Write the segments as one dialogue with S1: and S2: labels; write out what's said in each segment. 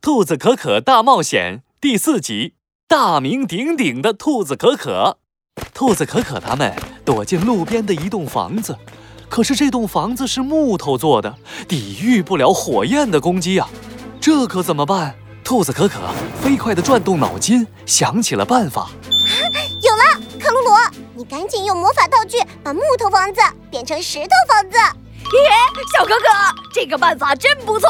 S1: 兔子可可大冒险》第四集，大名鼎鼎的兔子可可。兔子可可他们躲进路边的一栋房子，可是这栋房子是木头做的，抵御不了火焰的攻击呀、这可怎么办？兔子可可飞快地转动脑筋，想起了办法。
S2: 有了，克鲁鲁，你赶紧用魔法道具把木头房子变成石头房子。
S3: 小可可，这个办法真不错。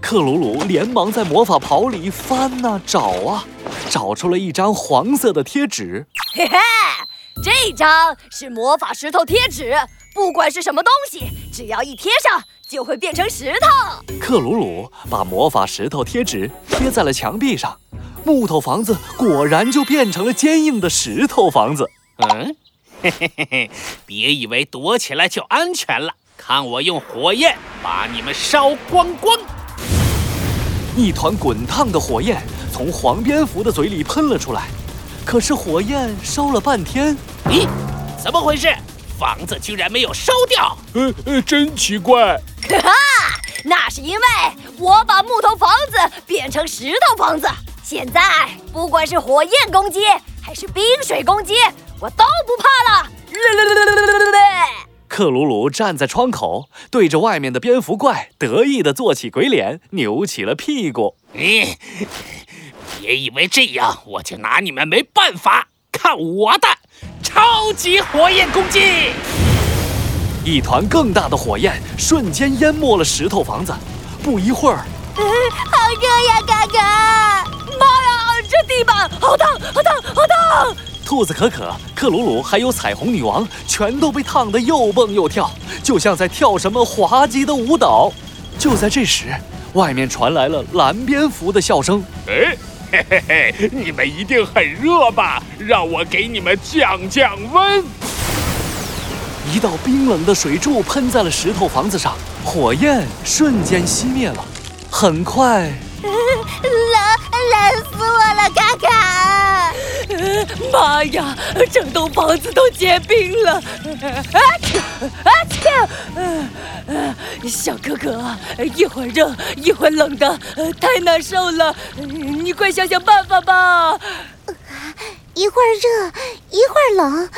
S1: 克鲁鲁连忙在魔法袍里翻呐、找啊，找出了一张黄色的贴纸。
S3: 嘿嘿，这张是魔法石头贴纸，不管是什么东西，只要一贴上就会变成石头。
S1: 克鲁鲁把魔法石头贴纸贴在了墙壁上，木头房子果然就变成了坚硬的石头房子。
S4: 嗯， 嘿嘿嘿嘿，别以为躲起来就安全了，看我用火焰把你们烧光光！
S1: 一团滚烫的火焰从黄蝙蝠的嘴里喷了出来，可是火焰烧了半天，
S4: 咦，怎么回事？房子居然没有烧掉！
S5: 呃呃，真奇怪。
S3: 那是因为我把木头房子变成石头房子。现在不管是火焰攻击还是冰水攻击，我都不怕了。
S1: 克鲁鲁站在窗口，对着外面的蝙蝠怪得意地做起鬼脸，扭起了屁股。
S4: 咦，别以为这样我就拿你们没办法！看我的超级火焰攻击！
S1: 一团更大的火焰瞬间淹没了石头房子。不一会儿，
S2: 好热呀，嘎嘎！
S3: 妈呀，这地板 好烫，好烫，好烫！
S1: 兔子可可、克鲁鲁还有彩虹女王全都被烫得又蹦又跳，就像在跳什么滑稽的舞蹈。就在这时，外面传来了蓝蝙蝠的笑声。
S5: 哎，嘿嘿嘿，你们一定很热吧？让我给你们降降温。
S1: 一道冰冷的水柱喷在了石头房子上，火焰瞬间熄灭了。很快，
S2: 冷冷死我了，嘎嘎！
S3: 妈呀，整栋房子都结冰了！啊嚏啊嚏！呃呃小哥哥，一会儿热一会儿冷的，呃太难受了，呃你快想想办法吧！
S2: 一会儿热，一会儿冷，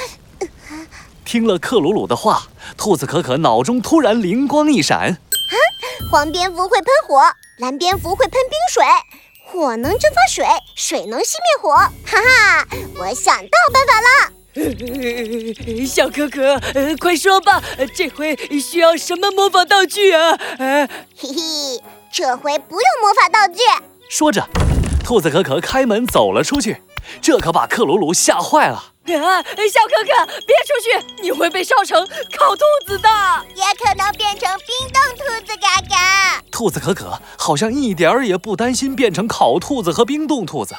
S1: 听了克鲁鲁的话，兔子可可脑中突然灵光一闪，
S2: 黄蝙蝠会喷火，蓝蝙蝠会喷冰水，火能蒸发水，水能熄灭火。哈哈，我想到办法了。
S3: 呃小哥哥，呃快说吧，呃这回需要什么魔法道具啊？呃
S2: 嘿嘿，这回不用魔法道具，
S1: 说着，兔子可可开门走了出去，这可把克鲁鲁吓坏了。
S3: 啊，小哥哥，别出去，你会被烧成烤兔子的！
S2: 也可能变成冰冻兔子嘎嘎。
S1: 兔子可可好像一点儿也不担心变成烤兔子和冰冻兔子，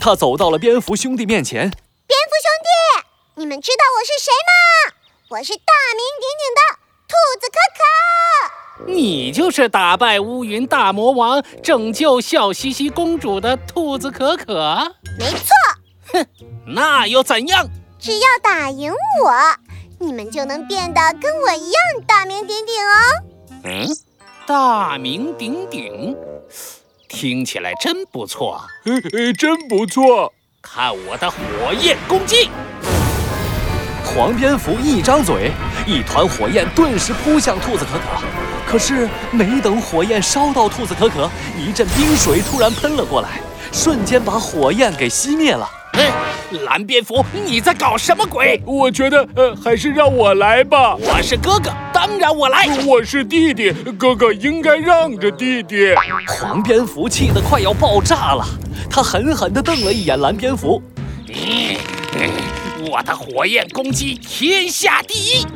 S1: 他走到了蝙蝠兄弟面前。
S2: 蝙蝠兄弟，你们知道我是谁吗？我是大名鼎鼎的兔子可可。
S4: 你就是打败乌云大魔王、拯救笑嘻嘻公主的兔子可可，
S2: 没错，
S4: 那又怎样？
S2: 只要打赢我，你们就能变得跟我一样大名鼎鼎哦。
S4: 嗯，大名鼎鼎，听起来真不错。
S1: 哎
S5: 呃呃，真不错。
S4: 看我的火焰攻击！
S1: 黄蝙蝠一张嘴，一团火焰顿时扑向兔子可可。可是没等火焰烧到兔子可可，一阵冰水突然喷了过来，瞬间把火焰给熄灭了。
S4: 哎，蓝蝙蝠，你在搞什么鬼？
S5: 我觉得呃，还是让我来吧。
S4: 我是哥哥，当然我来。
S5: 我是弟弟，哥哥应该让着弟弟。
S1: 黄蝙蝠气得快要爆炸了，他狠狠地瞪了一眼蓝蝙蝠，
S4: 嗯我的火焰攻击天下第一，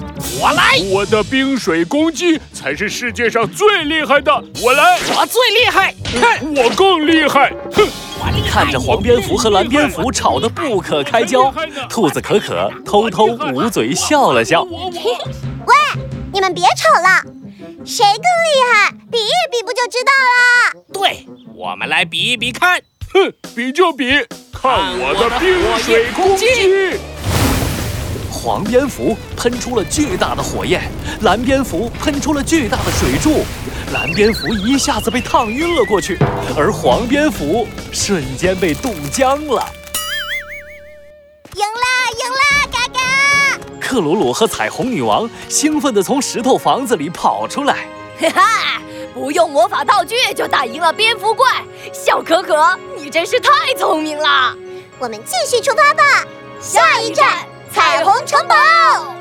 S4: 我来，
S5: 我的冰水攻击才是世界上最厉害的，我来，
S4: 我最厉害。哼，
S5: 我更厉害。哼，
S4: 我厉害
S1: 看着黄蝙蝠和蓝蝙蝠吵得不可开交，兔子可可偷偷捂嘴笑了笑。
S5: 我我
S2: 喂，你们别吵了，谁更厉害，比一比不就知道了？
S4: 对，我们来比一比看。
S5: 哼，比就比，看我的冰水攻击！
S1: 黄蝙蝠喷出了巨大的火焰，蓝蝙蝠喷出了巨大的水柱，蓝蝙蝠一下子被烫晕了过去，而黄蝙蝠瞬间被冻僵了。
S2: 赢啦，赢啦，嘎嘎！
S1: 克鲁鲁和彩虹女王兴奋地从石头房子里跑出来。
S3: 哈哈， 不用魔法道具就打赢了蝙蝠怪，小可可，你真是太聪明了！
S2: 我们继续出发吧，下一站彩虹城堡。